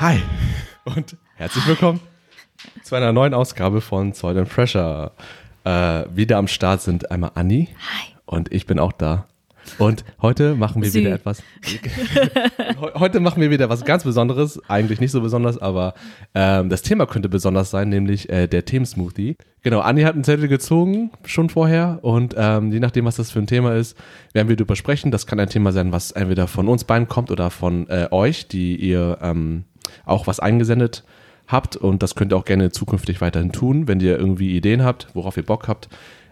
Hi und herzlich willkommen zu einer neuen Ausgabe von Soil and Pressure. Äh, wieder am Start sind einmal Anni Hi. und ich bin auch da. Und heute machen wir Sü. wieder etwas. Heu- heute machen wir wieder was ganz Besonderes. Eigentlich nicht so besonders, aber ähm, das Thema könnte besonders sein, nämlich äh, der Themensmoothie. Genau, Anni hat einen Zettel gezogen schon vorher und ähm, je nachdem, was das für ein Thema ist, werden wir darüber sprechen. Das kann ein Thema sein, was entweder von uns beiden kommt oder von äh, euch, die ihr ähm, auch was eingesendet habt und das könnt ihr auch gerne zukünftig weiterhin tun, wenn ihr irgendwie Ideen habt, worauf ihr Bock habt,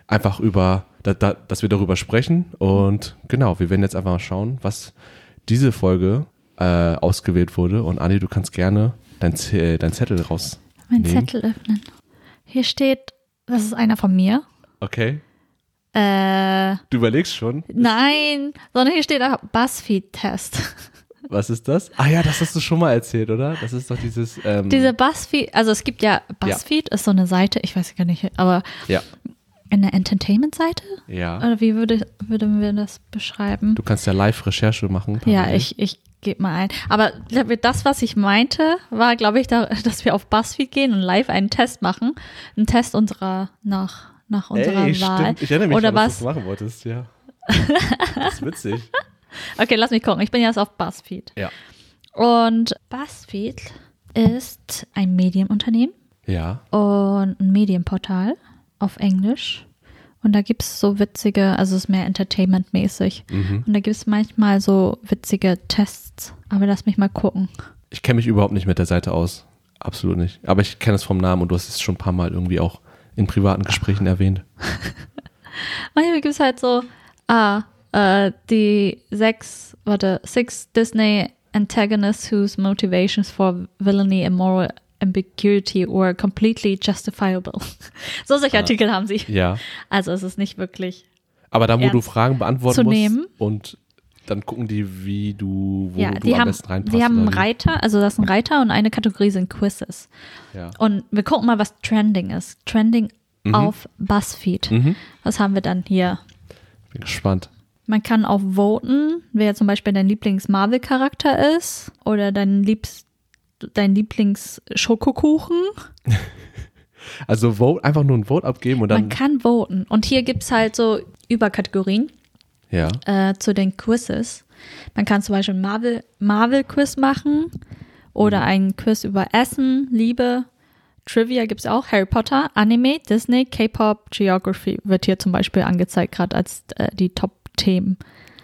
einfach über, da, da, dass wir darüber sprechen und genau, wir werden jetzt einfach mal schauen, was diese Folge äh, ausgewählt wurde und Anni, du kannst gerne dein, Z- äh, dein Zettel raus. Mein nehmen. Zettel öffnen. Hier steht, das ist einer von mir. Okay, Äh, du überlegst schon, nein, sondern hier steht auch Hm. BuzzFeed-Test. was ist das? Ah ja, das hast du schon mal erzählt, oder? Das ist doch dieses, ähm, Diese BuzzFeed, also es gibt ja, BuzzFeed ist so eine Seite, ich weiß gar nicht, aber ja, eine Entertainment-Seite? ja. Oder wie würde, würden wir das beschreiben? Du kannst ja Live-Recherche machen. Ja, parallel. ich, ich gebe mal ein. Aber glaub ich, das, was ich meinte, war, glaube ich, da, dass wir auf BuzzFeed gehen und live einen Test machen. Einen Test unserer, nach, nach unserer Ey, Wahl. stimmt. Ich erinnere mich, Oder daran, dass was? du das machen wolltest, ja. Das ist witzig. Okay, lass mich gucken. Ich bin jetzt auf BuzzFeed. Ja. Und BuzzFeed ist ein Medienunternehmen Ja. und ein Medienportal auf Englisch. Und da gibt es so witzige, also es ist mehr entertainmentmäßig. Und da gibt es manchmal so witzige Tests. Aber lass mich mal gucken. Ich kenne mich überhaupt nicht mit der Seite aus. Absolut nicht. Aber ich kenne es vom Namen und du hast es schon ein paar Mal irgendwie auch in privaten Gesprächen erwähnt. Manchmal gibt es halt so, ah, äh, die sechs, warte, six Disney antagonists whose motivations for villainy and moral ambiguity were completely justifiable. so solche Artikel haben sie. Ah. Ja. Also es ist nicht wirklich. Aber da, wo du Ernst Fragen beantworten zu musst nehmen? und dann gucken die, wie du, wo ja, du die am haben, besten reinpasst. die haben einen oder wie. Reiter, also das ist ein Reiter und eine Kategorie sind Quizzes. Ja. Und wir gucken mal, was Trending ist. Trending auf BuzzFeed. Mhm. Was haben wir dann hier? Oh. Bin gespannt. Man kann auch voten, wer zum Beispiel dein Lieblings-Marvel-Charakter ist oder dein, Liebst, dein Lieblings-Schokokuchen. Also vote, einfach nur ein Vote abgeben und dann. Man kann voten. Und hier gibt es halt so Überkategorien Ja. äh, zu den Quizzes. Man kann zum Beispiel ein Marvel- Marvel-Quiz machen oder Mhm. einen Quiz über Essen, Liebe. Trivia gibt es auch, Harry Potter, Anime, Disney, K-Pop, Geography wird hier zum Beispiel angezeigt, gerade als äh, die Top-Themen.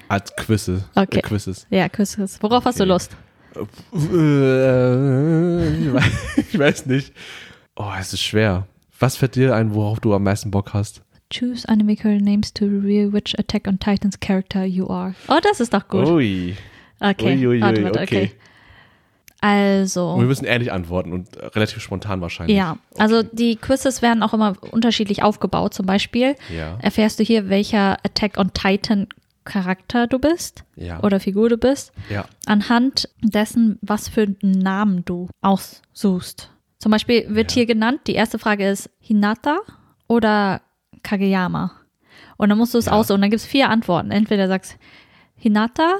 Als Quizze. Okay. Äh, Quizzes. Ja, Quizzes. Worauf hast du Okay. Lust? Äh, ich weiß- ich weiß nicht. Oh, es ist schwer. Was fällt dir ein, worauf du am meisten Bock hast? Choose anime character names to reveal which Attack on Titans character you are. Oh, das ist doch gut. Ui. Okay. Ui, ui, warte, ui, warte, okay. okay. Und wir Also, müssen ehrlich antworten und äh, relativ spontan wahrscheinlich. ja. Also, die Quizzes werden auch immer unterschiedlich aufgebaut. Zum Beispiel Ja. erfährst du hier, welcher Attack on Titan Charakter du bist Ja. oder äh, Figur du bist, ja. anhand dessen, was für einen Namen du aussuchst. Zum Beispiel wird Ja. hier genannt, die erste Frage ist Hinata oder Kageyama. Und dann musst du es Ja. aussuchen. Und dann gibt es vier Antworten. Entweder du sagst Hinata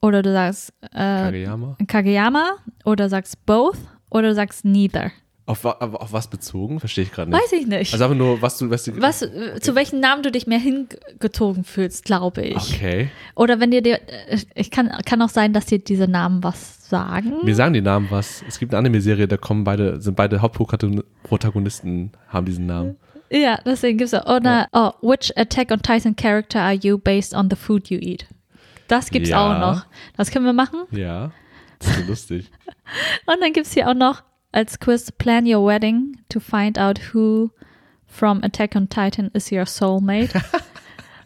oder du sagst äh, Kageyama. Kageyama oder sagst both oder du sagst neither. Auf, wa- auf, auf was bezogen? Verstehe ich gerade nicht. Weiß ich nicht. Also einfach nur, was du. Was, du, was, äh, Zu welchem Namen du dich mehr hingezogen fühlst, glaube ich. Okay. Oder wenn dir, dir äh, ich kann, kann auch sein, dass dir diese Namen was sagen. Mir sagen die Namen was. Es gibt eine Anime-Serie, da kommen beide, sind beide Hauptprotagonisten, haben diesen Namen. Ja, deswegen gibt's auch. Oder, oh, which Attack on Titan character are you based on the food you eat? Das gibt's Ja. auch noch. Das können wir machen. Ja. Das ist so lustig. Und dann gibt's hier auch noch als Quiz Plan Your Wedding to find out who from Attack on Titan is your soulmate.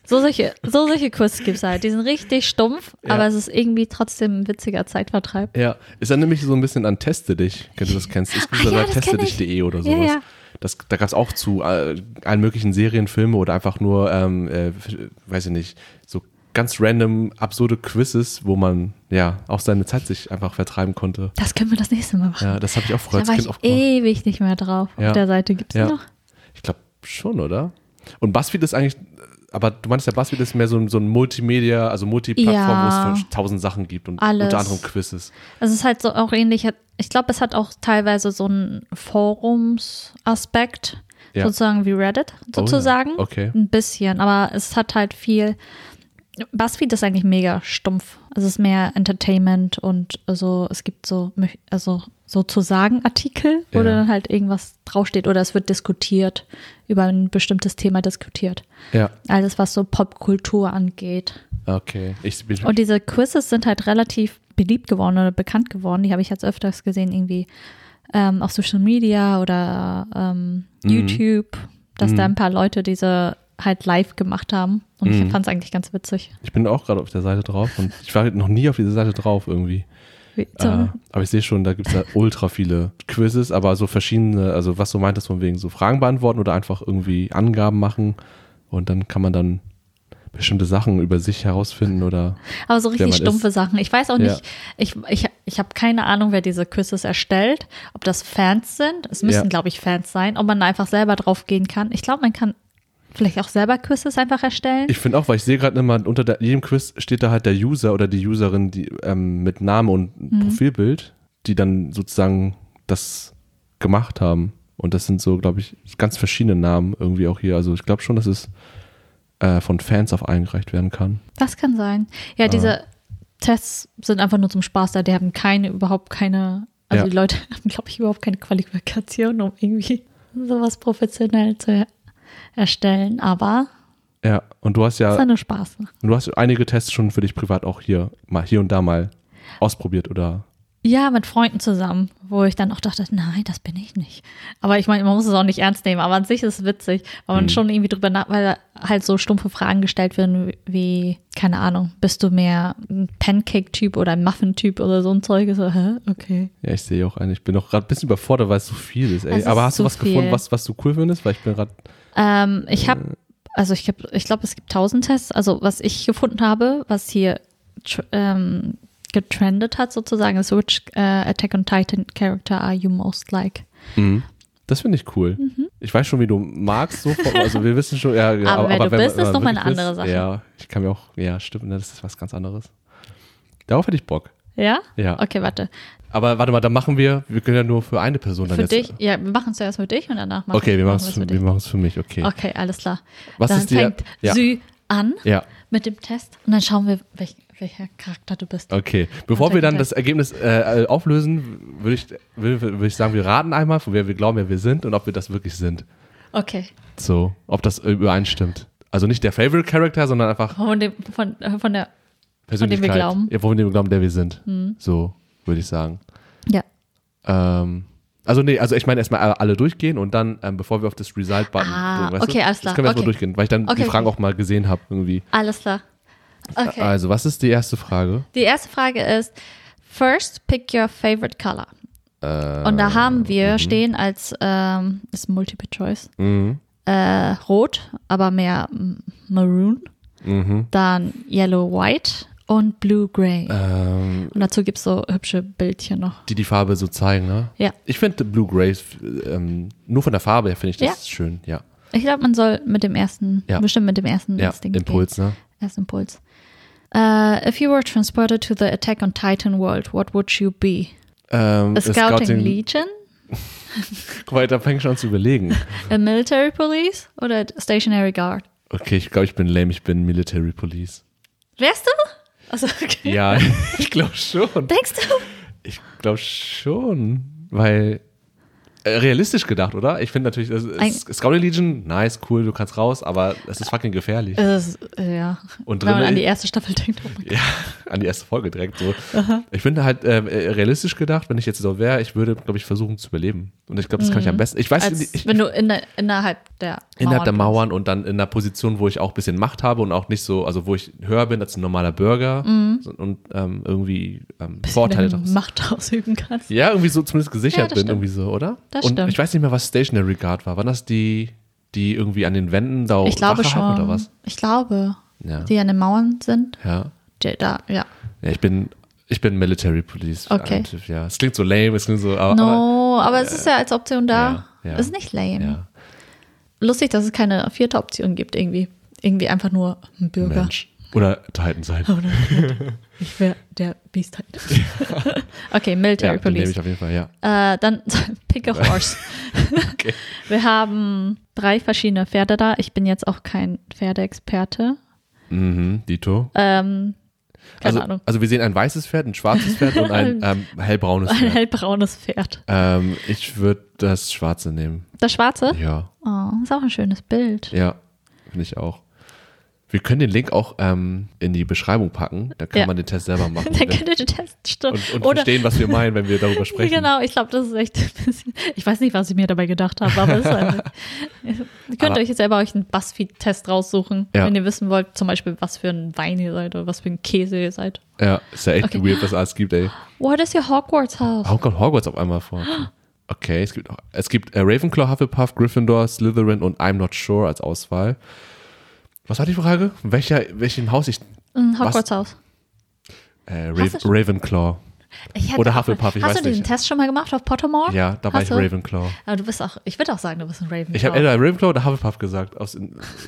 so solche, so solche Quiz gibt's halt. Die sind richtig stumpf, Ja. aber es ist irgendwie trotzdem ein witziger Zeitvertreib. Ja, es erinnert mich so ein bisschen an Teste dich, wenn du das kennst. Es gibt Ah, sogar ja, das kenn ich. testedich.de oder Ja, sowas. ja. Das, da gab es auch zu äh, allen möglichen Serien, Filme oder einfach nur, ähm, äh, f- weiß ich nicht, so ganz random, absurde Quizzes, wo man ja auch seine Zeit sich einfach vertreiben konnte. Das können wir das nächste Mal machen. Ja, das habe ich auch früher als da war Kind ich auch gemacht. ewig nicht mehr drauf. Ja. Auf der Seite gibt's die Ja. noch. Ich glaube schon, oder? Und BuzzFeed ist eigentlich aber du meinst ja, BuzzFeed ist mehr so, ein- so ein Multimedia, also Multiplattform, Ja. wo es tausend Sachen gibt und Alles. unter anderem Quizzes. Also es ist halt so auch ähnlich. Ich glaube, es hat auch teilweise so einen Forums-Aspekt, Ja. Oh sozusagen wie Reddit, ja. sozusagen. Okay. Ein bisschen, aber es hat halt viel. BuzzFeed ist eigentlich mega stumpf. Also es ist mehr Entertainment und so, es gibt so, mö- also sozusagen Artikel, wo Ja. dann halt irgendwas draufsteht oder es wird diskutiert, über ein bestimmtes Thema diskutiert. Ja, Alles, was so Popkultur angeht. okay. Ich bin Und diese Quizzes sind halt relativ beliebt geworden oder bekannt geworden. Die habe ich jetzt öfters gesehen, irgendwie ähm, auf Social Media oder ähm, Mhm. YouTube, dass da ein paar Leute diese halt live gemacht haben. Und Mhm. ich fand es eigentlich ganz witzig. Ich bin auch gerade auf der Seite drauf und ich war noch nie auf dieser Seite drauf irgendwie. Wie, Äh, so, aber ich sehe schon, da gibt es ja ultra viele Quizzes, aber so verschiedene, also was du meintest von wegen so Fragen beantworten oder einfach irgendwie Angaben machen und dann kann man dann bestimmte Sachen über sich herausfinden oder aber so richtig man ist- stumpfe Sachen. Ich weiß auch Ja. nicht, ich, ich, ich habe keine Ahnung, wer diese Quizzes erstellt, ob das Fans sind. Es müssen, Ja. glaube ich, Fans sein, ob man da einfach selber drauf gehen kann. Ich glaube, man kann vielleicht auch selber Quizzes einfach erstellen. ich finde auch, weil ich sehe gerade immer unter der, jedem Quiz steht da halt der User oder die Userin die, ähm, mit Name und Mhm. Profilbild, die dann sozusagen das gemacht haben und das sind so, glaube ich, ganz verschiedene Namen irgendwie auch hier. Also ich glaube schon, dass es äh, von Fans auf eingereicht werden kann. Das kann sein. Ja, diese Tests sind einfach nur zum Spaß da. Die haben keine, überhaupt keine, also Ja. die Leute haben, glaube ich, überhaupt keine Qualifikation, um irgendwie sowas professionell zu er- erstellen. Aber Ja, und du hast es ja, ist ja nur Spaß. du hast einige Tests schon für dich privat auch hier, mal hier und da mal ausprobiert oder. Ja, mit Freunden zusammen, wo ich dann auch dachte, nein, das bin ich nicht. Aber ich meine, man muss es auch nicht ernst nehmen, aber an sich ist es witzig, weil Mhm. man schon irgendwie drüber nach, weil halt so stumpfe Fragen gestellt werden wie, keine Ahnung, bist du mehr ein Pancake-Typ oder ein Muffin-Typ oder so ein Zeug? So, hä? Okay. Ja, ich sehe auch einen. Ich bin auch gerade ein bisschen überfordert, weil es so viel ist, ey. Es ist Aber hast du so was gefunden, viel. was, was du cool findest? Weil ich bin gerade. Ähm, ich Mhm. habe, also ich, hab- ich glaube, es gibt tausend Tests. Also was ich gefunden habe, was hier tr- ähm, getrendet hat sozusagen, ist Which äh, Attack on Titan Character are you most like? Das finde ich cool. Ich weiß schon, wie du magst. So, von- also wir wissen schon, ja, ja, Mhm. Aber wer du wenn man- bist, wenn ist man noch mal eine wirklich andere Sache. Ja, ich kann mir auch, ja, stimmt, ne, das ist was ganz anderes. Darauf hätte ich Bock. Ja? Ja. Okay, warte. Aber warte mal, dann machen wir, wir können ja nur für eine Person dann Für jetzt. äh, dich, ja, wir machen es zuerst für dich und danach machen Okay, wir machen es für für, wir machen's für mich, okay. Okay, alles klar. Was dann ist dir- fängt ja. Sü an Ja. mit dem Test und dann schauen wir, welch, welcher Charakter du bist. Okay, bevor Warte, wir dann warte. das Ergebnis äh, äh, auflösen, würde ich, würde, würde ich sagen, wir raten einmal, von wer wir glauben, wer wir sind und ob wir das wirklich sind. Okay. So, ob das übereinstimmt. Also nicht der Favorite Character, sondern einfach Von, dem, von, äh, von der, Persönlichkeit. glauben. Hm. Ja, von dem wir glauben, der wir sind. So, würde ich sagen. ja. Ähm, also nee, also ich meine erstmal alle durchgehen und dann, ähm, bevor wir auf das Result-Button Ah, drücken, weißt okay, du? alles Das klar, können wir erstmal okay. durchgehen, weil ich dann Okay, die Fragen okay. auch mal gesehen habe irgendwie. Alles klar. Okay. Also, was ist die erste Frage? Die erste Frage ist: First pick your favorite color. Äh, Und da haben mhm. wir stehen als ähm, ist Multiple Choice Mhm. äh, rot, aber mehr mm, maroon, Mhm. dann yellow white und blue gray. Ähm, Und dazu gibt es so hübsche Bildchen noch. die die Farbe so zeigen, ne? Ja, Ich finde Blue Grey, ähm, nur von der Farbe her finde ich das schön, ja. ich glaube, man soll mit dem ersten, Ja. bestimmt mit dem ersten Ja, Instinkt Impuls, ne? Gehen. Erst Impuls. Äh, if you were transported to the Attack on Titan world, what would you be? Ähm, A Scouting, Legion? Guck mal, da fange ich schon an zu überlegen. A Military Police oder Stationary Guard? Okay, ich glaube, ich bin lame, ich bin Military Police. Wärst du? Also, okay. Ja, ich glaube schon. Denkst du? Ich glaube schon, weil äh, realistisch gedacht, oder? Ich finde natürlich, es ist- Scouting Legion, nice, cool, du kannst raus, aber es ist fucking gefährlich. Es ist, äh, ja. Und Wenn man drinne- an die erste Staffel denkt. Oh mein Gott. Ja, an die erste Folge direkt so. Ich finde halt ähm, äh, realistisch gedacht, wenn ich jetzt so wäre, ich würde, glaube ich, versuchen zu überleben. Und ich glaube, das kann ich am besten. Ich weiß, Als, nicht, ich, wenn du in der, innerhalb der innerhalb der bist. Mauern und dann in einer Position, wo ich auch ein bisschen Macht habe und auch nicht so, also wo ich höher bin als ein normaler Bürger so- und ähm, irgendwie ähm, Vorteile Wenn du daraus. Macht ausüben kannst. Ja, irgendwie so zumindest Ja, gesichert das bin, stimmt. irgendwie so, oder? Das und stimmt. ich weiß nicht mehr, was Stationary Guard war. Waren das die, die irgendwie an den Wänden da Ich glaube Wache schon. halten oder was? Ich glaube, Ja. die an den Mauern sind. Ja. Die, da, ja. Ja, ich bin, ich bin Military Police. Okay. Aktiv, Ja, es klingt so lame, es klingt so, aber, aber äh, no, aber es ist ja als Option da. Ja, ja. Ist nicht lame. ja. Lustig, dass es keine vierte Option gibt irgendwie. Irgendwie einfach nur ein Bürger. Mensch. Oder Titan sein. Oder Ted. ich wäre der Beast halt. okay, Military Ja, den nehme Police. ich auf jeden Fall, ja. Äh, dann pick a horse. Wir haben drei verschiedene Pferde da. Ich bin jetzt auch kein Pferdeexperte. Mhm, Dito. Ähm, keine also, Ahnung. also wir sehen ein weißes Pferd, ein schwarzes Pferd und ein ähm, hellbraunes Ein Pferd. hellbraunes Pferd. Ähm, ich würde das schwarze nehmen. Das schwarze? Ja, Oh, ist auch ein schönes Bild. ja, finde ich auch. Wir können den Link auch ähm, in die Beschreibung packen. Da kann Ja. man den Test selber machen. ne? Dann könnt ihr den Test stimmen. und und Oder, verstehen, was wir meinen, wenn wir darüber sprechen. genau, ich glaube, das ist echt ein bisschen. Ich weiß nicht, was ich mir dabei gedacht habe, aber es ist einfach, ihr könnt Aber- euch jetzt selber euch einen Buzzfeed-Test raussuchen, Ja. wenn ihr wissen wollt, zum Beispiel, was für ein Wein ihr seid oder was für ein Käse ihr seid. Ja, ist ja echt Okay. weird, was es alles gibt, ey. What is your Hogwarts House? Warum kommt Hogwarts auf einmal vor? Okay, es gibt, auch- es gibt äh, Ravenclaw, Hufflepuff, Gryffindor, Slytherin und I'm Not Sure als Auswahl. Was war die Frage? Welcher, welchem Haus ich. Ein Was- Mm, Hogwarts Haus. Äh, Hast Ra du schon- Ravenclaw. Ich Oder Hufflepuff, ich Hast weiß du diesen nicht. Test schon mal gemacht auf Pottermore? Ja, da war Hast ich du? Ravenclaw. Aber du bist auch, ich würde auch sagen, du bist ein Ravenclaw. Ich habe entweder Ravenclaw oder Hufflepuff gesagt. Aus,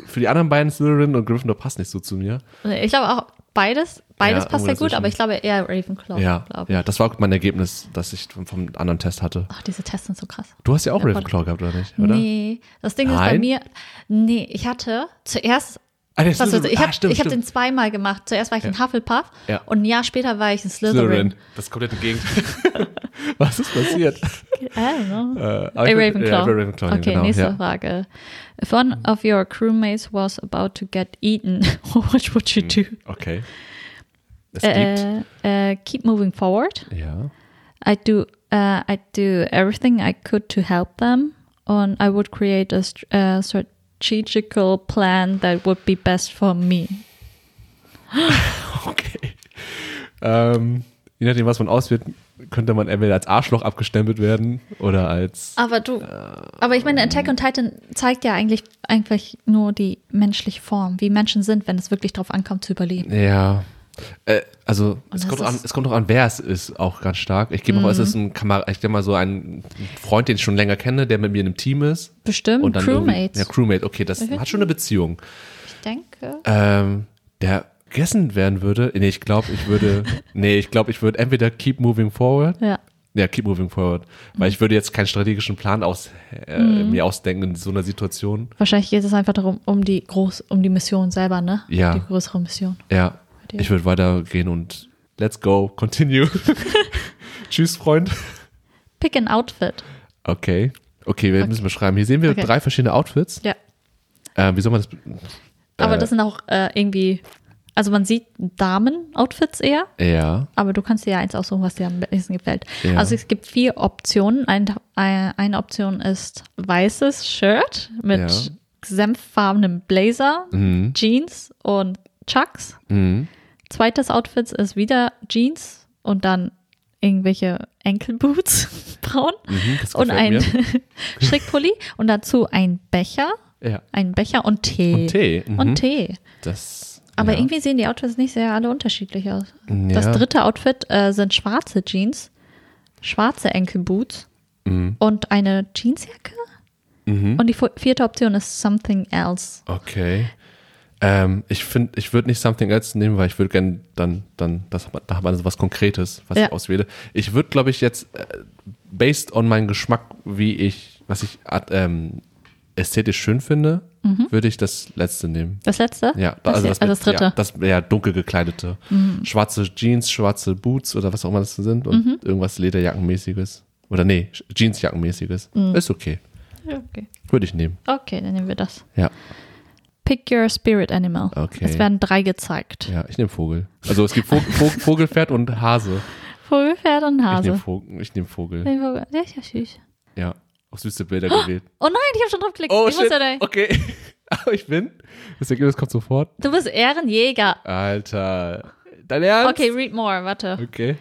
für die anderen beiden Slytherin und Gryffindor passt nicht so zu mir. ich glaube auch beides, beides Ja, passt ja irgendwo gut, aber ich glaube eher Ravenclaw. ja, glaub ich. ja, das war auch mein Ergebnis, das ich vom, vom anderen Test hatte. Ach, diese Tests sind so krass. Du hast ja auch Ja, Ravenclaw gehabt, oder nicht? Oder? Nee, das Ding ist bei Nein? mir, nee, ich hatte zuerst, Ah, der was weiß ich, ich ah, habe stimmt, hab stimmt. den zweimal gemacht. Zuerst war ich ein Hufflepuff Ja. und ein Jahr später war ich ein Slytherin. Das komplette Gegenteil. Was ist passiert? I don't know. Äh, aber A ich bin- Ravenclaw. Ja, ich bin Ravenclaw, okay, genau. nächste ja. Frage. If one of your crewmates was about to get eaten, what would you Hm. do? Okay. Es gibt. Äh, äh, keep moving forward. Ja. I do, äh, I do everything I could to help them, and I would create a str- äh, strategical plan that would be best for me. Okay. Ähm, je nachdem, was man auswählt, könnte man entweder als Arschloch abgestempelt werden oder als. Aber du, Ähm, aber ich meine, Attack on Titan zeigt ja eigentlich eigentlich nur die menschliche Form, wie Menschen sind, wenn es wirklich drauf ankommt zu überleben. Ja. Äh, also, es das kommt, auch an, ist- es kommt auch an, wer es ist, auch ganz stark. Ich gebe mal, es ist ein Kamerad, ich denke mal so ein Freund, den ich schon länger kenne, der mit mir in einem Team ist. Bestimmt Und dann irgendwie- Crewmates. Ja, Crewmate, okay, das hat schon eine Beziehung. ich denke. ähm, der gegessen werden würde. Nee, ich glaube, ich würde. nee, ich glaube, ich würde entweder keep moving forward. Ja. Ja, keep moving forward. Weil ich würde jetzt keinen strategischen Plan aus, äh, mir ausdenken in so einer Situation. Wahrscheinlich geht es einfach darum, um die groß, um die Mission selber, ne? Ja. Die größere Mission. Ja. dir. Ich würde weitergehen und let's go, continue. Tschüss, Freund. Pick an outfit. Okay. Okay, wir müssen beschreiben. Hier sehen wir Okay. drei verschiedene Outfits. Ja. Äh, wie soll man das? Aber Äh. das sind auch äh, irgendwie, also man sieht Damen-Outfits eher, Ja. aber aber du kannst dir ja eins aussuchen, was dir am besten gefällt. Ja. Also es gibt vier Optionen. Ein, ein, eine Option ist weißes Shirt mit Ja. Mhm. senffarbenem Blazer, Jeans und Chucks. Zweites Outfit ist wieder Jeans und dann irgendwelche Enkelboots, braun. Mhm, das und ein gefällt Strickpulli und dazu ein Becher, mir. Ja. ein Becher und Tee. Und Tee. Mhm. Und Tee. Das. Aber ja. irgendwie sehen die Outfits nicht sehr alle unterschiedlich aus. Das Ja. dritte Outfit äh, sind schwarze Jeans, schwarze Enkelboots Mhm. und eine Jeansjacke. Und die fu- vierte Option ist something else. Okay. Ähm, ich finde, ich würde nicht Something Else nehmen, weil ich würde gerne dann, dann, das, hat man- da hat man so was Konkretes, was Ja. ich auswähle. Ich würde, glaube ich, jetzt, äh, based on meinen Geschmack, wie ich, was ich at- ähm, ästhetisch schön finde, Mhm. würde ich das letzte nehmen. Das letzte? Ja, das, also das, mit- dritte. Mhm. Ja, das ja, dunkel gekleidete. Schwarze Jeans, schwarze Boots oder was auch immer das sind und irgendwas Lederjackenmäßiges. Oder nee, Jeansjackenmäßiges. Mhm. Ist okay. Ja, okay. Würde ich nehmen. okay, dann nehmen wir das. Ja. Pick your spirit animal. Okay. Es werden drei gezeigt. Ja, ich nehme Vogel. Also es gibt Vog Vog Vogelpferd und Hase. Vogel, Pferd und Ich nehme Hase. Vogel. Ich nehm Vogel. Nee, Vogel. Ja, ist ja süß. Ja, auf süße Bilder gewählt. Oh nein, ich habe schon drauf geklickt. Oh ich muss shit, ja da- okay. Aber ich bin. Das Ergebnis kommt sofort. du bist Ehrenjäger. Alter. Dein Ernst? Okay, read more, warte. Okay.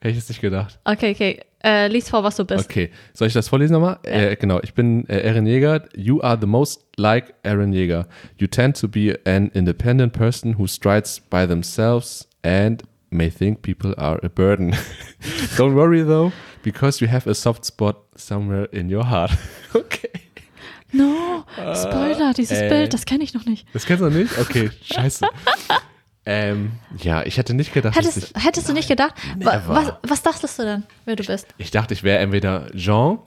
Hätte ich jetzt nicht gedacht. Okay, okay. Äh, lies vor, was du bist. Okay, soll ich das vorlesen nochmal? Äh, genau, ich bin äh, Aaron Jäger. You are the most like Aaron Jäger. You tend to be an independent person who strides by themselves and may think people are a burden. Don't worry though, because you have a soft spot somewhere in your heart. okay. No, Spoiler, dieses äh. Bild, das kenne ich noch nicht. Das kennst du noch nicht? Okay, scheiße. ähm, ja, ich hätte nicht gedacht, dass ich, Hättest, hättest du nicht gedacht? Wa- Never. Was, was dachtest du denn, wer du bist? ich dachte, ich wäre entweder Jean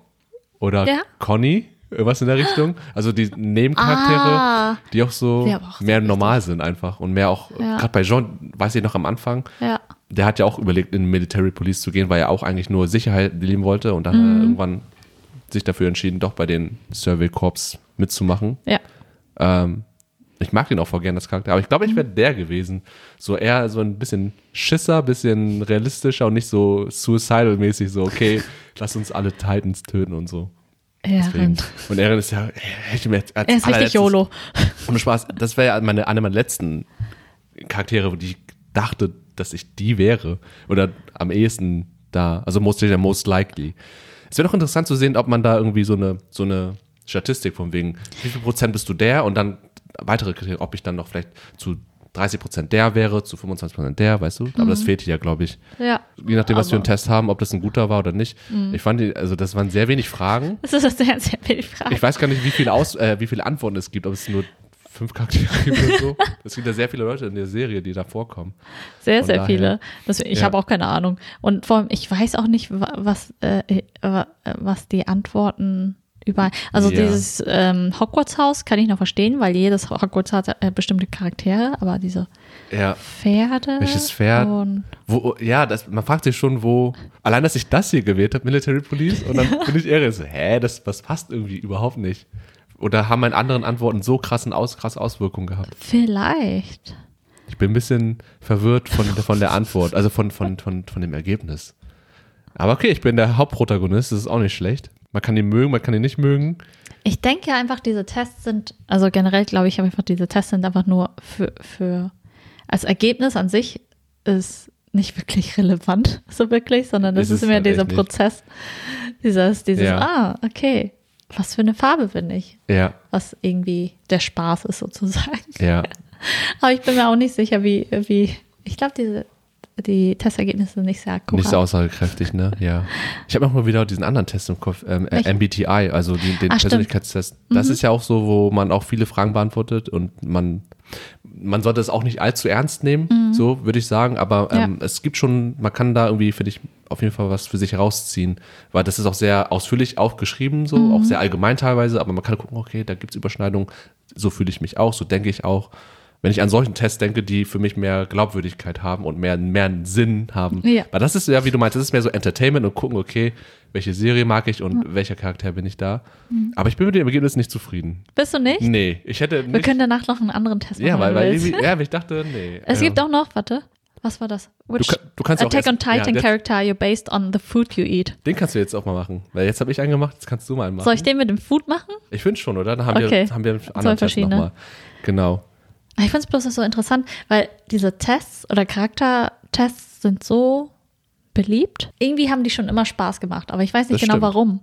oder Ja. Conny, irgendwas in der Richtung. Also die Nebencharaktere, Ah. die auch so Ja, aber auch so mehr normal sind einfach und mehr auch, Ja. gerade bei Jean, weiß ich noch am Anfang, Ja. der hat ja auch überlegt, in Military Police zu gehen, weil er auch eigentlich nur Sicherheit leben wollte und dann hat Mhm. er irgendwann sich dafür entschieden, doch bei den Survey Corps mitzumachen. Ja. Ähm, ich mag den auch voll gern, das Charakter. Aber ich glaube, ich Mhm. wäre der gewesen. So eher so ein bisschen Schisser, bisschen realistischer und nicht so suicidal-mäßig. So, okay, lass uns alle Titans töten und so. Deswegen. Ehren. Und Eren ist ja, er Ah, ist Er ist richtig YOLO. Ohne Spaß. Das wäre ja meine, eine meiner letzten Charaktere, die ich dachte, dass ich die wäre. Oder am ehesten da. Also most, der most likely. Es wäre doch interessant zu sehen, ob man da irgendwie so eine, so eine Statistik von wegen, wie viel Prozent bist du der und dann weitere Kriterien, ob ich dann noch vielleicht zu 30 Prozent der wäre, zu 25 Prozent der, weißt du? Aber das fehlt hier ja, glaube ich. Ja. Je nachdem, was wir für einen Aber- Test haben, ob das ein guter war oder nicht. Ich fand, die, also das waren sehr wenig Fragen. Das ist eine sehr, sehr wilde Frage. Ich weiß gar nicht, wie viele, Aus äh, wie viele Antworten es gibt, ob es nur fünf Charaktere gibt oder so. Es gibt ja sehr viele Leute in der Serie, die da vorkommen. Sehr, Von sehr daher- viele. Das, ich Ja. habe auch keine Ahnung. Und vor allem, ich weiß auch nicht, wa- was, äh, äh, wa- äh, was die Antworten über. Also Ja. dieses ähm, Hogwarts-Haus kann ich noch verstehen, weil jedes Hogwarts hat äh, bestimmte Charaktere, aber diese Ja. Pferde. Welches Pferd? Und Wo, ja, das, man fragt sich schon, wo. Allein, dass ich das hier gewählt habe, Military Police, und dann bin ich irre. So, hä, das, das passt irgendwie überhaupt nicht. Oder haben meine anderen Antworten so krassen Aus, krass Auswirkungen gehabt? vielleicht. Ich bin ein bisschen verwirrt von, von der Antwort, also von, von, von, von dem Ergebnis. Aber okay, ich bin der Hauptprotagonist, das ist auch nicht schlecht. Man kann ihn mögen, man kann ihn nicht mögen. Ich denke einfach, diese Tests sind, also generell glaube ich einfach, diese Tests sind einfach nur für, für als Ergebnis an sich ist nicht wirklich relevant, so wirklich, sondern das Ist ist, es mehr halt dieser echt nicht. Prozess, dieses, dieses, Ja. ah, okay, was für eine Farbe bin ich, Ja, was irgendwie der Spaß ist sozusagen. ja. Aber ich bin mir auch nicht sicher, wie, wie, ich glaube, diese, die Testergebnisse sind nicht sehr akkurat. Nicht so aussagekräftig, ne? Ja. Ich habe auch mal wieder diesen anderen Test im Kopf, ähm, äh, Welchen? MBTI, also die, den Ah, stimmt. Persönlichkeitstest. Das ist ja auch so, wo man auch viele Fragen beantwortet und man, man sollte es auch nicht allzu ernst nehmen, Mhm. so würde ich sagen. Aber ähm, es gibt schon, man kann da irgendwie, finde ich, auf jeden Fall was für sich herausziehen, weil das ist auch sehr ausführlich aufgeschrieben, so, Mhm. auch sehr allgemein teilweise, aber man kann gucken, okay, da gibt's Überschneidungen, so fühle ich mich auch, so denke ich auch. Wenn ich an solchen Tests denke, die für mich mehr Glaubwürdigkeit haben und mehr, mehr Sinn haben. Ja. Weil das ist ja, wie du meinst, das ist mehr so Entertainment und gucken, okay, welche Serie mag ich und welcher Charakter bin ich da. Aber ich bin mit dem Ergebnis nicht zufrieden. Bist du nicht? Nee, ich hätte Mhm. Wir nicht. können danach noch einen anderen Test machen. ja, weil, wenn du weil, willst. irgendwie- ja, weil ich dachte, nee. äh, Es ja. gibt auch noch, warte, was war das? Which kann- du kannst auch Attack erst- on Titan ja, das- character you're based on the food you eat. Den kannst du jetzt auch mal machen. Weil jetzt habe ich einen gemacht, jetzt kannst du mal einen machen. Soll ich den mit dem Food machen? Ich finde schon, oder? Dann haben Okay. wir, haben wir einen Zwei anderen Test verschiedene. nochmal. Genau. Ich finde es bloß so interessant, weil diese Tests oder Charaktertests sind so beliebt. Irgendwie haben die schon immer Spaß gemacht, aber ich weiß Das nicht genau stimmt. warum.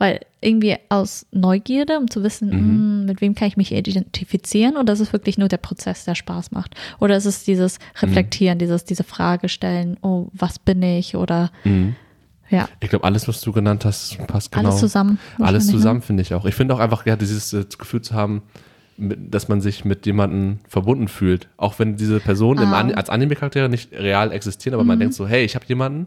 Weil irgendwie aus Neugierde, um zu wissen, Mhm. hm, mit wem kann ich mich identifizieren oder ist es wirklich nur der Prozess, der Spaß macht? Oder ist es Mhm. dieses Reflektieren, dieses, diese Frage stellen, oh, was bin ich? Oder Mhm. ja, Ich glaube, alles, was du genannt hast, passt genau. Alles zusammen, wahrscheinlich, Alles ne? zusammen, finde ich auch. Ich finde auch einfach, ja, dieses äh, Gefühl zu haben, mit, dass man sich mit jemandem verbunden fühlt. Auch wenn diese Personen im Ah. Mhm. An als Anime-Charaktere nicht real existieren, aber man denkt so, hey, ich habe jemanden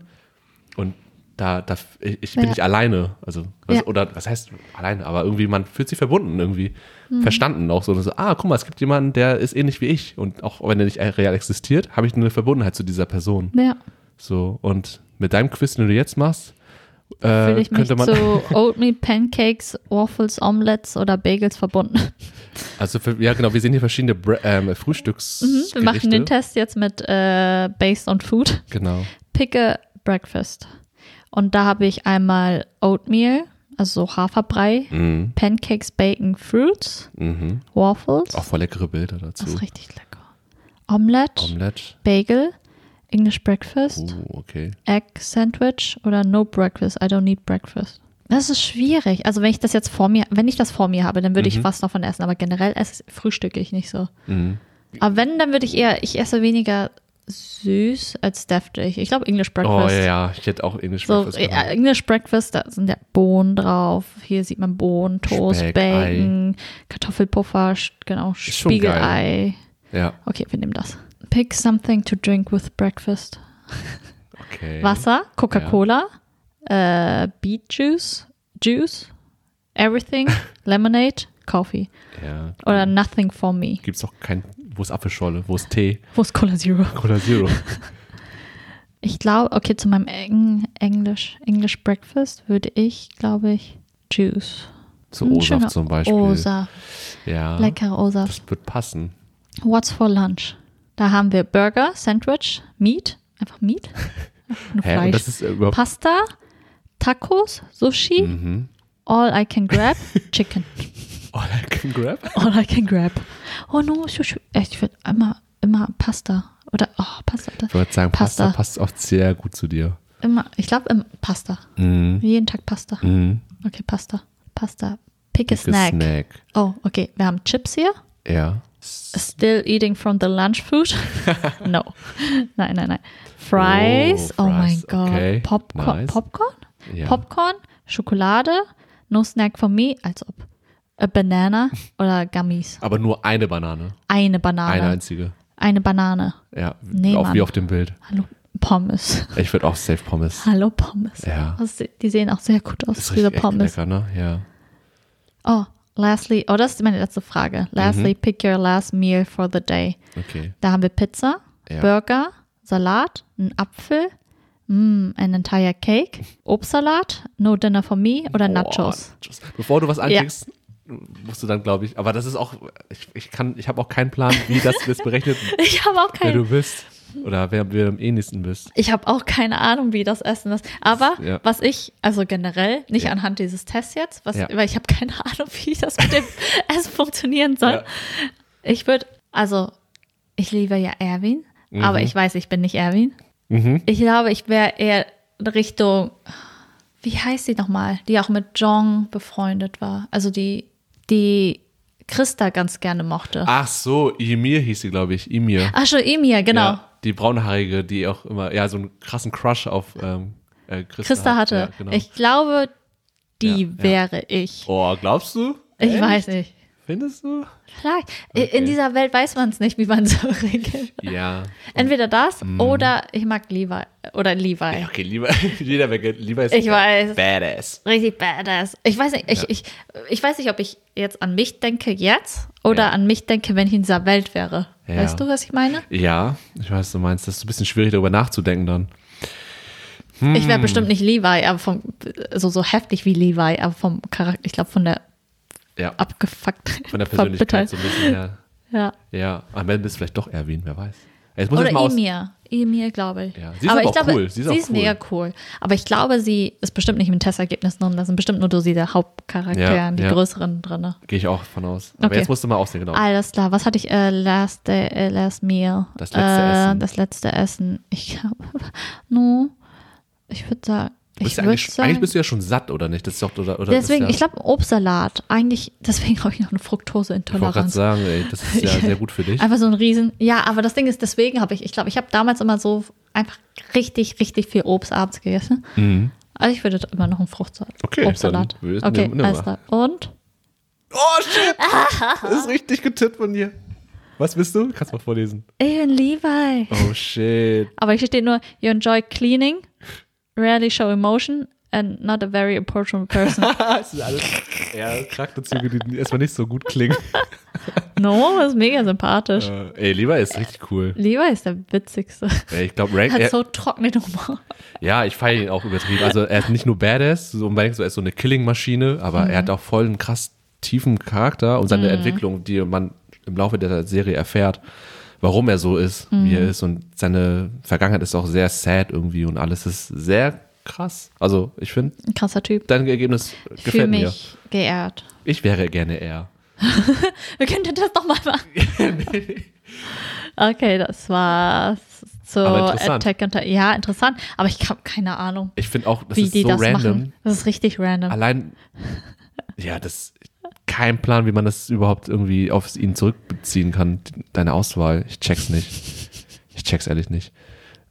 und da, da ich, ich bin Ja. nicht alleine. Also, Ja. was, oder was heißt alleine, aber irgendwie, man fühlt sich verbunden irgendwie. Mhm. Verstanden auch so. Und so. Ah, guck mal, es gibt jemanden, der ist ähnlich wie ich. Und auch wenn er nicht real existiert, habe ich eine Verbundenheit zu dieser Person. ja. So, und mit deinem Quiz, den du jetzt machst, äh, fühle ich mich könnte man. zu Oatmeal, Pancakes, Waffles, Omelettes oder Bagels verbunden. Also, für, ja, genau, wir sehen hier verschiedene Bre ähm, Mhm, Frühstücksgerichte. Wir machen den Test jetzt mit äh, Based on Food. Genau. Picke Breakfast. Und da habe ich einmal Oatmeal, also so Haferbrei, Mhm. Pancakes, Bacon, Fruits, Mhm. Waffles. Auch voll leckere Bilder das dazu. ist richtig lecker. Omelette, Omelette. Bagel, English Breakfast, Oh, okay. Egg Sandwich oder No Breakfast. I don't need breakfast. Das ist schwierig. Also wenn ich das jetzt vor mir, wenn ich das vor mir habe, dann würde ich Mhm. was davon essen. Aber generell esse, frühstücke ich nicht so. Mhm. Aber wenn, dann würde ich eher, ich esse weniger süß als deftig. Ich glaube, English Oh Breakfast. ja, ja, ich hätte auch Englisch So, Breakfast genau. ja, genommen. English Breakfast, da sind ja Bohnen drauf. Hier sieht man Bohnen, Toast, Speck, Bacon, Kartoffelpuffer, sch- genau, schon geil. Spiegelei. Ja, Okay, wir nehmen das. Pick something to drink with breakfast. okay. Wasser, Coca-Cola, äh, Beet Juice, Juice, everything, Lemonade, Coffee. Ja. Oder nothing for me. Gibt's auch kein, wo ist Apfelschorle, wo ist Tee Wo ist Cola Zero? Cola Zero? Ich glaube, okay, zu meinem Eng Englisch, English Breakfast würde ich, glaube ich, Juice. Zu Ein O-Saft Hm, schöner zum Beispiel. O-Saft, Ja. leckerer O-Saft. Das wird passen. What's for lunch? Da haben wir Burger, Sandwich, Meat, einfach Meat, einfach nur Hä? Und das Fleisch, ist äh, überhaupt. Pasta, Tacos, Sushi, Mhm. All I can grab, Chicken. All I can Oh, grab? All I can grab. Oh no, Sushi. Echt, ich will immer, immer Pasta oder oh, Pasta. Ich würde sagen, Pasta. passt auch sehr gut zu dir. Mhm, Immer, ich glaube, im Pasta. Jeden Tag Pasta. Okay, Pasta. Pasta. Pick a snack. Snack. Oh, okay. Wir haben Chips hier. Ja. Still eating from the lunch food? no. Nein, nein, nein. Fries. Oh, Oh, mein Fries, Gott. okay, Popcorn. nice. Popcorn? Ja. Popcorn, Schokolade, no snack for me, als ob. A banana oder Gummies. Aber nur eine Banane. Eine Banane. Eine einzige. Eine Banane. Ja. Nee, auch wie Mann. auf dem Bild. Hallo Pommes. Ich würde auch Safe Pommes. Hallo Pommes. Ja. Das se- die sehen auch sehr gut aus, Ist diese richtig Pommes. lecker, ne? Ja. Oh, lastly, oh, das ist meine letzte Frage. Lastly, Mhm. pick your last meal for the day. Okay. Da haben wir Pizza, Ja. Burger, Salat, einen Apfel, mm, an entire cake, Obstsalat, no dinner for me oder Nachos. Boah, Nachos. Bevor du was anklickst, musst du dann, glaube ich, aber das ist auch, ich, ich kann, ich habe auch keinen Plan, wie das jetzt berechnet, Ich habe auch wer keine, du bist oder wer, wer am ähnlichsten bist. ich habe auch keine Ahnung, wie das Essen ist. Aber Ja. was ich, also generell, nicht Ja. anhand dieses Tests jetzt, was, Ja. weil ich habe keine Ahnung, wie das mit dem Essen funktionieren soll. Ja. Ich würde, also ich liebe ja Erwin, Mhm. aber ich weiß, ich bin nicht Erwin. Ich glaube, ich wäre eher Richtung, wie heißt sie nochmal, die auch mit Jong befreundet war. Also die, die Christa ganz gerne mochte. Ach so, Emir hieß sie, glaube ich. Emir. Ach schon, Emir, genau. Ja, die braunhaarige, die auch immer, ja, so einen krassen Crush auf ähm, äh, Christa, Christa hat. hatte. Ja, genau. Ich glaube, die Ja, ja. wäre ich. oh, glaubst du? Ich Echt? weiß nicht. Findest du? Vielleicht. In- In dieser Welt weiß man es nicht, wie man so regelt. Ja. Entweder das oder ich mag Levi oder Levi. Mhm. Ja, Okay, lieber, jeder weg, lieber ist Ich weiß. badass. Richtig badass. Ich weiß nicht, ich, ich, ich weiß nicht, ob ich jetzt an mich denke jetzt oder Ja. an mich denke, wenn ich in dieser Welt wäre. Ja. Weißt du, was ich meine? Ja, ich weiß, du meinst, das ist ein bisschen schwierig, darüber nachzudenken dann. Ich Hm. wäre bestimmt nicht Levi, aber vom, so, so heftig wie Levi, aber vom Charakter, ich glaube, von der Ja, abgefuckt. von der Persönlichkeit so ein bisschen her. Ja. Ja, am Ende bist du vielleicht doch Erwin, wer weiß. Jetzt muss Oder ich mal aus, Emir. Emir, glaube ich. Ja, sie ist aber auch cool. Sie ist auch cool. mega cool. Aber ich glaube, sie ist bestimmt nicht im Testergebnis drin. Da sind bestimmt nur so diese Hauptcharaktere, Ja, die ja. größeren drin. gehe ich auch von aus. Aber Okay. Ah, jetzt musst du mal aussehen, genau. Alles klar. Was hatte ich äh, last, day, äh, last meal? Das letzte äh, Essen. Das letzte Essen. Ich glaube, no, ich würde sagen, ich Bist du würde eigentlich, eigentlich sagen. bist du ja schon satt, oder nicht? Das ist doch, oder, oder Deswegen, das ich ist ja, glaube, Obstsalat. Eigentlich, deswegen habe ich noch eine ich wollte gerade Fructoseintoleranz. sagen, ey, das ist ja sehr gut für dich. Einfach so ein Riesen. Ja, aber das Ding ist, deswegen habe ich, ich glaube, ich habe damals immer so einfach richtig, richtig viel Obst abends gegessen. Also ich würde immer noch einen Fruchtsalat. Mhm. Okay, Obstsalat. dann würd- okay, nimm- nimm alles mal. klar. Und? Oh shit! Das ist richtig getippt von dir. Was bist du? Kannst mal vorlesen. Ich bin Levi. Oh shit. Aber hier steht nur, you enjoy cleaning, rarely show emotion and not a very approachable person. Das sind alles eher Charakterzüge, die erstmal nicht so gut klingen. no, ist mega sympathisch. äh, ey, lieber ist richtig cool. Levi ist der witzigste. Ey, ich glaube, Rank. Hat Er, so trockenen Humor. ja, ich feiere ihn auch übertrieben. Also, er ist nicht nur Badass, so, man denkt so, er ist so eine Killing-Maschine, aber Mhm. er hat auch voll einen krass tiefen Charakter und seine Entwicklung, die man im Laufe der Serie erfährt, warum er so ist, Mhm. wie er ist. Und seine Vergangenheit ist auch sehr sad irgendwie und alles ist sehr krass. Also, ich finde, Ein krasser Typ. dein Ergebnis Ich fühle gefällt mir. mich geehrt. Ich wäre gerne er. Wir könnten das nochmal machen. okay, das war's. So, Aber interessant. Attack on Titan. Ja, interessant. Aber ich habe keine Ahnung, Ich finde auch, das wie ist die so das random. machen. Das ist richtig random. Allein, ja, das kein Plan, wie man das überhaupt irgendwie auf ihn zurückbeziehen kann, deine Auswahl. Ich check's nicht. Ich check's ehrlich nicht.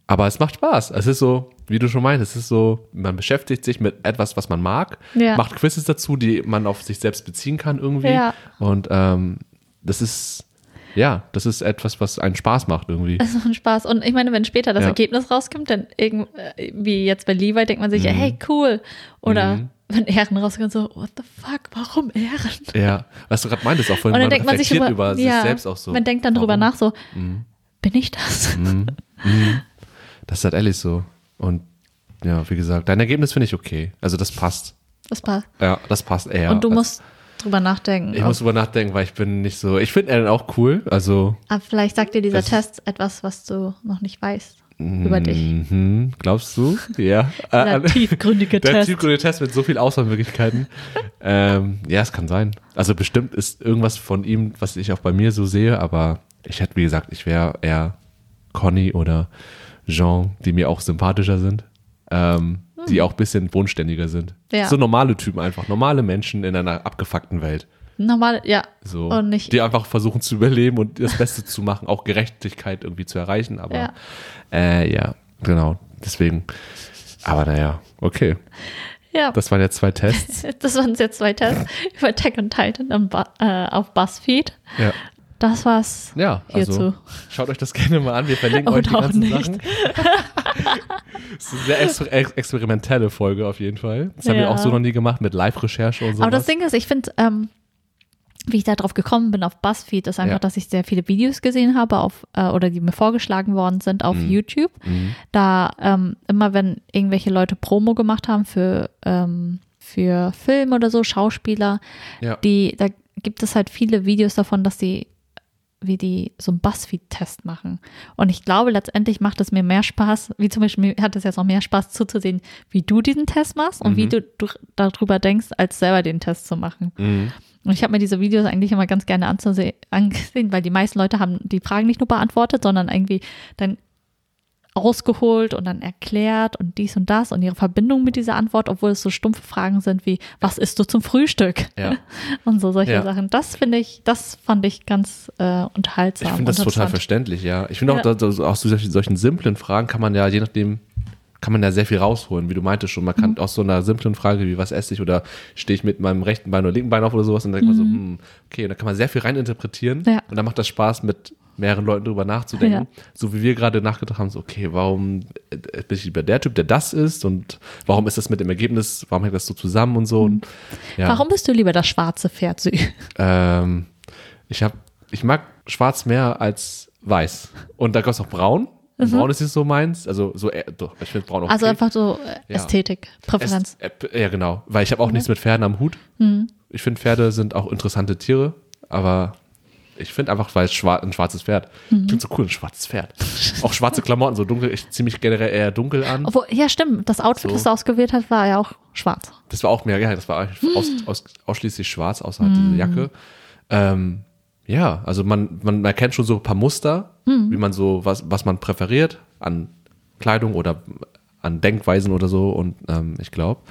Aber es macht Spaß. Es ist so, wie du schon meintest, es ist so, man beschäftigt sich mit etwas, was man mag, Ja. macht Quizzes dazu, die man auf sich selbst beziehen kann irgendwie. Ja. Und ähm, das ist, ja, das ist etwas, was einen Spaß macht irgendwie. Das ist auch ein Spaß. Und ich meine, wenn später das Ja. Ergebnis rauskommt, dann irgend, äh, wie jetzt bei Levi, denkt Mhm. man sich, ja, hey, cool. Oder wenn Ehren rauskommt, so, what the fuck, warum Ehren? Ja, was du gerade meintest, auch vorhin, Und dann denkt man sich reflektiert über, sich ja, selbst auch so. Man denkt dann drüber warum? Mhm. nach, so, bin ich das? Das ist halt ehrlich so. Und ja, wie gesagt, dein Ergebnis finde ich okay. Also das passt. Das war. Ja, das passt eher. Und du als- musst drüber nachdenken. Ich muss drüber nachdenken, weil ich bin nicht so. Ich finde Ellen auch cool. Also. Aber Ah, vielleicht sagt dir dieser Das- Test etwas, was du noch nicht weißt über dich. Mhm, glaubst du? Ja. Äh, Der tiefgründige der Test. tiefgründige Test mit so viel Auswahlmöglichkeiten. ähm, ja, es kann sein. Also bestimmt ist irgendwas von ihm, was ich auch bei mir so sehe, aber ich hätte, wie gesagt, ich wäre eher Conny oder Jean, die mir auch sympathischer sind. Ähm, Die auch ein bisschen wohnständiger sind. Hm. Ja. So normale Typen einfach. Normale Menschen in einer abgefuckten Welt. Normal, ja. So, Und nicht, die einfach versuchen zu überleben und das Beste zu machen, auch Gerechtigkeit irgendwie zu erreichen. Aber Ja. ja, äh, ja genau. Deswegen. Aber naja, okay. ja. Das waren ja zwei Tests. Das waren jetzt zwei Tests über Tech und Titan am Bu- äh, auf BuzzFeed. Ja, Das war's. ja also Hierzu. schaut euch das gerne mal an. Wir verlinken euch die Oder auch ganzen nicht. Sachen. Es ist eine sehr ex ex experimentelle Folge auf jeden Fall. Das haben Ja. wir auch so noch nie gemacht mit Live-Recherche und so. Aber das Ding ist, ich finde, ähm, wie ich da drauf gekommen bin auf BuzzFeed, ist einfach, Ja. dass ich sehr viele Videos gesehen habe auf, äh, oder die mir vorgeschlagen worden sind auf Mm. YouTube. Da ähm, immer, wenn irgendwelche Leute Promo gemacht haben für, ähm, für Film oder so, Schauspieler, ja. die, da gibt es halt viele Videos davon, dass die, wie die so einen Buzzfeed-Test machen. Und ich glaube, letztendlich macht es mir mehr Spaß, wie zum Beispiel mir hat es jetzt auch mehr Spaß zuzusehen, wie du diesen Test machst und wie du, du darüber denkst, als selber den Test zu machen. Mhm. Und ich habe mir diese Videos eigentlich immer ganz gerne anzuse- angesehen, weil die meisten Leute haben die Fragen nicht nur beantwortet, sondern irgendwie dann ausgeholt und dann erklärt und dies und das und ihre Verbindung mit dieser Antwort, obwohl es so stumpfe Fragen sind wie, was isst du zum Frühstück? Ja. und so solche Ja. Sachen. Das finde ich, das fand ich ganz äh, unterhaltsam. Ich finde das und total interessant. verständlich, ja. Ich finde auch, Ja. dass, aus solchen, solchen simplen Fragen kann man ja, je nachdem, kann man ja sehr viel rausholen, wie du meintest schon. Man Mhm. kann aus so einer simplen Frage wie, was esse ich oder stehe ich mit meinem rechten Bein oder linken Bein auf oder sowas und dann denkt man so, hm, okay, und da kann man sehr viel reininterpretieren Mhm. Ja. und dann macht das Spaß, mit mehreren Leuten drüber nachzudenken. So wie wir gerade nachgedacht haben, so, okay, warum äh, bin ich lieber der Typ, der das ist und warum ist das mit dem Ergebnis, warum hängt das so zusammen und so. Und, ja. Mhm. Warum bist du lieber das schwarze Pferd, Sü? Ähm, ich hab, ich mag schwarz mehr als weiß. Und da gab es auch braun. Braun ist nicht so meins. Also so, eher- doch, ich finde braun auch Mhm. Also okay. einfach so äh, Ja. Ästhetik, Präferenz. Mhm. es, äh, Ja, genau. Weil ich habe auch nichts mit Pferden am Hut. Ich finde, Pferde sind auch interessante Tiere, aber ich finde einfach, weil schwa ein schwarzes Pferd. Mhm. Klingt so cool, ein schwarzes Pferd. auch schwarze Klamotten, so dunkel, ich ziehe mich generell eher dunkel an. Obwohl, ja, stimmt. Das Outfit, So. das du ausgewählt hast, war ja auch schwarz. Das war auch mehr, ja, das war Hm. aus, aus, ausschließlich schwarz, außer halt diese Jacke. Ähm, ja, also man, man erkennt schon so ein paar Muster, Hm. wie man so, was, was man präferiert an Kleidung oder an Denkweisen oder so. Und ähm, ich glaube,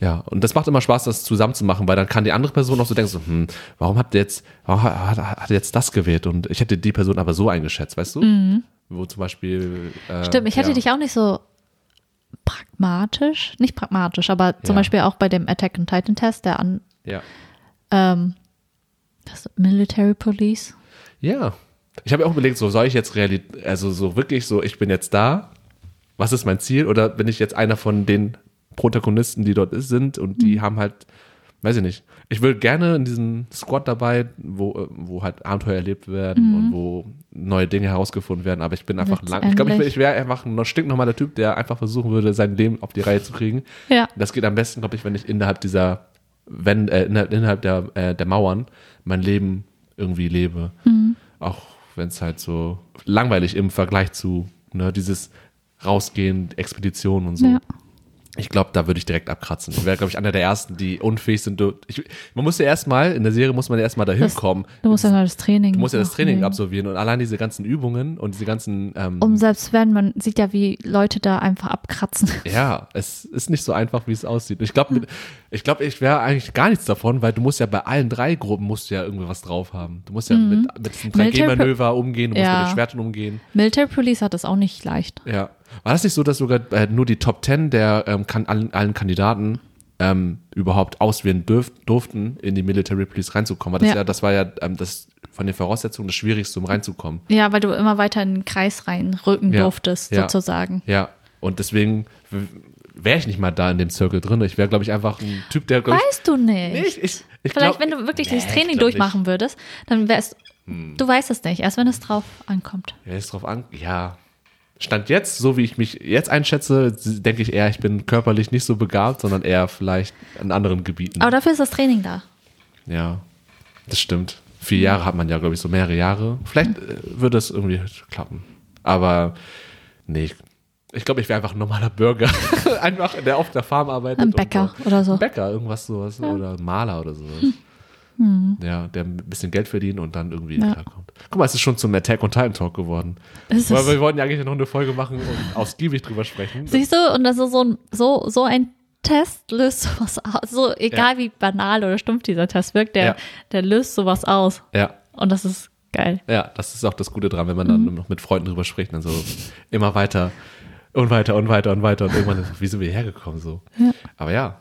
ja, und das macht immer Spaß, das zusammenzumachen, weil dann kann die andere Person auch so denken, so, hm, warum hat der jetzt, warum hat, hat, hat er jetzt das gewählt? Und ich hätte die Person aber so eingeschätzt, weißt du? Wo zum Beispiel. Äh, Mhm. Stimmt, ich hätte ja. dich auch nicht so pragmatisch, nicht pragmatisch, aber zum Ja. Beispiel auch bei dem Attack on Titan Test, der an Ja. ähm, das Military Police. Ja. Ich habe mir auch überlegt, so soll ich jetzt Realität, also so wirklich so, ich bin jetzt da, was ist mein Ziel? Oder bin ich jetzt einer von den Protagonisten, die dort ist- sind und die haben halt, weiß ich nicht. Ich will gerne in diesem Squad dabei, wo, äh, wo halt Abenteuer erlebt werden und wo neue Dinge herausgefunden werden, aber ich bin einfach lang. Ich glaube, ich, wär- ich wäre einfach ein stinknormaler Typ, der einfach versuchen würde, sein Leben auf die Reihe zu kriegen. Ja. Das geht am besten, glaube ich, wenn ich innerhalb dieser, wenn, äh, innerhalb, innerhalb der, äh, der Mauern mein Leben irgendwie lebe. Mhm. Auch wenn es halt so langweilig im Vergleich zu, ne, dieses Rausgehen, Expeditionen und so. Ja. Ich glaube, da würde ich direkt abkratzen. Ich wäre, glaube ich, einer der ersten, die unfähig sind. Du- Ich, man muss ja erstmal, in der Serie muss man ja erstmal dahin Das- kommen. Du musst ja noch das Training. Du musst ja das machen. Training absolvieren und allein diese ganzen Übungen und diese ganzen. Ähm, Um selbst wenn, man sieht ja, wie Leute da einfach abkratzen. ja, es ist nicht so einfach, wie es aussieht. Ich glaube, ich, glaub, ich wäre eigentlich gar nichts davon, weil du musst ja bei allen drei Gruppen musst du ja irgendwie was drauf haben. Du musst ja mit, mit diesem Mhm. Military- 3G-Manöver umgehen, du musst Ja. mit den Schwertern umgehen. Military Police hat das auch nicht leicht. Ja. War das nicht so, dass sogar äh, nur die Top 10 der ähm, kan allen, allen Kandidaten ähm, überhaupt auswählen dürf durften, in die Military Police reinzukommen? Weil das, Ja. ja. das war ja ähm, das von den Voraussetzungen das Schwierigste, um reinzukommen. Ja, weil du immer weiter in den Kreis reinrücken Ja. durftest, Ja. sozusagen. Ja. Und deswegen wäre ich nicht mal da in dem Circle drin. Ich wäre, glaube ich, einfach ein Typ, der, glaube ich, Weißt du nicht. Nee, ich, ich, ich Vielleicht, glaub- wenn du wirklich dieses Nee, ich Training glaub Hm. durchmachen würdest, dann wärst Du weißt es nicht, erst wenn es drauf ankommt. Nicht. Ja, ist drauf an. Ja. Stand jetzt, so wie ich mich jetzt einschätze, denke ich eher, ich bin körperlich nicht so begabt, sondern eher vielleicht in anderen Gebieten. Aber dafür ist das Training da. Ja, das stimmt. Vier Jahre hat man ja, glaube ich, so mehrere Jahre. Vielleicht äh, würde es irgendwie klappen. Aber nee, ich, ich glaube, ich wäre einfach ein normaler Bürger. einfach, der auf der Farm arbeitet. Ein und Bäcker oder so. Hm. Ein Bäcker, irgendwas sowas. Oder Maler oder sowas. Ja, der ein bisschen Geld verdient und dann irgendwie Ja. klarkommt. Guck mal, es ist schon zum Attack on Titan Talk geworden. Es Weil ist- wir wollten ja eigentlich noch eine Folge machen und ausgiebig drüber sprechen. Siehst du, und das ist so ein, so, so ein Test löst sowas aus. So, egal wie banal oder stumpf dieser Test wirkt, der, Ja. der löst sowas aus. ja. Und das ist geil. Ja, das ist auch das Gute dran, wenn man dann noch mit Freunden drüber spricht, dann so immer weiter und weiter und weiter und weiter und irgendwann, ist, wie sind wir hergekommen so? Aber ja,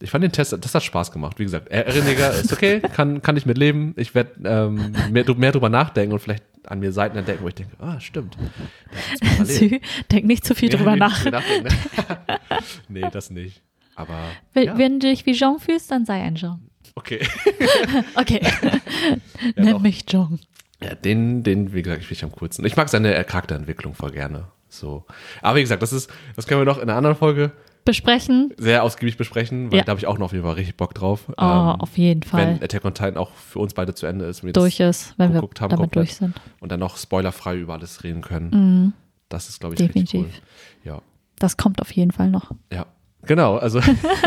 ich fand den Test, das hat Spaß gemacht. Wie gesagt, Erinniger ist okay, kann, kann ich mit leben. Ich werde ähm, mehr, dr- mehr drüber nachdenken und vielleicht an mir Seiten entdecken, wo ich denke, ah, stimmt. Da hat's parallel. Sie denkt nicht zu viel Ja, genau. drüber nee, nach. drüber nachdenken, ne? nee, das nicht. Aber Wenn, ja, wenn du dich wie Jean fühlst, dann sei ein Jean. okay. Okay. Ja, Nenn doch. mich Jean. Ja, den, den, wie gesagt, ich finde ich am coolsten. Ich mag seine äh, Charakterentwicklung voll gerne. So. Aber wie gesagt, das ist, das können wir noch in einer anderen Folge Besprechen? sehr ausgiebig besprechen, weil Ja. da habe ich auch noch auf jeden Fall richtig Bock drauf. Oh, auf jeden Fall. Ähm, Wenn Attack on Titan auch für uns beide zu Ende ist, und wir durch ist, wenn wir geguckt haben damit komplett. durch sind. Mhm. und dann noch spoilerfrei über alles reden können. Das ist, glaube ich, richtig Definitiv. cool. Ja. Das kommt auf jeden Fall noch. Ja, genau. Also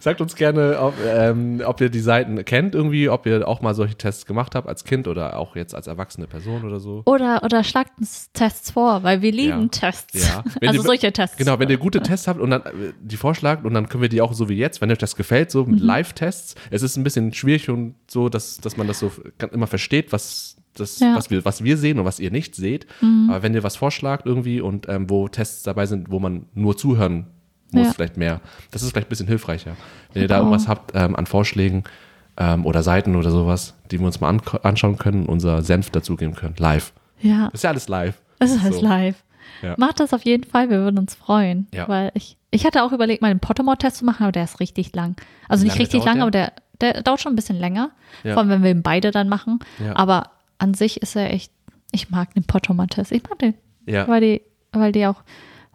sagt uns gerne, ob, ähm, ob ihr die Seiten kennt irgendwie, ob ihr auch mal solche Tests gemacht habt als Kind oder auch jetzt als erwachsene Person oder so. Oder, oder schlagt uns Tests vor, weil wir lieben Tests. Ja. Wenn Also ihr- solche Tests. Genau, wenn ihr gute Tests habt und dann äh, die vorschlagt und dann können wir die auch so wie jetzt, wenn euch das gefällt, so Mhm. mit Live-Tests. Es ist ein bisschen schwierig und so, dass, dass man das so ganz immer versteht, was, das, Ja. Mhm. was, wir, was wir sehen und was ihr nicht seht. Aber wenn ihr was vorschlagt irgendwie und ähm, wo Tests dabei sind, wo man nur zuhören muss, Ja. Oh. vielleicht mehr, das ist vielleicht ein bisschen hilfreicher. Wenn ihr da irgendwas habt ähm, an Vorschlägen ähm, oder Seiten oder sowas, die wir uns mal an anschauen können, unser Senf dazugeben können, live. Ja, Das ist ja alles live. es ist halt So. live. Ja. Macht das auf jeden Fall, wir würden uns freuen. Ja. Weil ich, ich hatte auch überlegt, mal einen Pottermore-Test zu machen, aber der ist richtig lang. Also Wie nicht lange richtig dauert lang, der? aber der, der dauert schon ein bisschen länger. Ja. Vor allem, wenn wir ihn beide dann machen. Ja. Aber an sich ist er echt, ich mag den Pottermore-Test. Ich mag den. Ja. Weil die, weil die auch,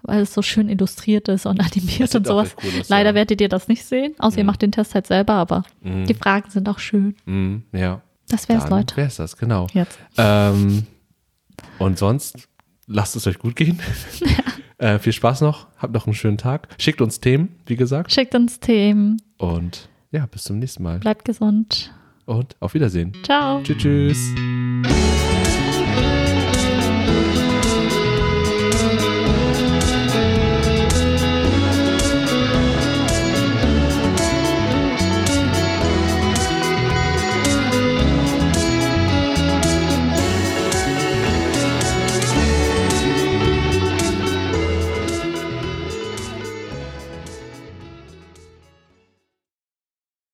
weil es so schön illustriert ist und animiert sieht und auch sowas. echt cool aus, Leider ja. werdet ihr das nicht sehen, außer ihr macht den Test halt selber, aber die Fragen sind auch schön. Mhm, ja. Das wär's, Leute. Wer ist das, genau. Jetzt. Ähm, und sonst lasst es euch gut gehen. äh, viel Spaß noch, habt noch einen schönen Tag. Schickt uns Themen, wie gesagt. Schickt uns Themen, Und ja, bis zum nächsten Mal. bleibt gesund. Und auf Wiedersehen. Ciao. Tschüss. tschüss.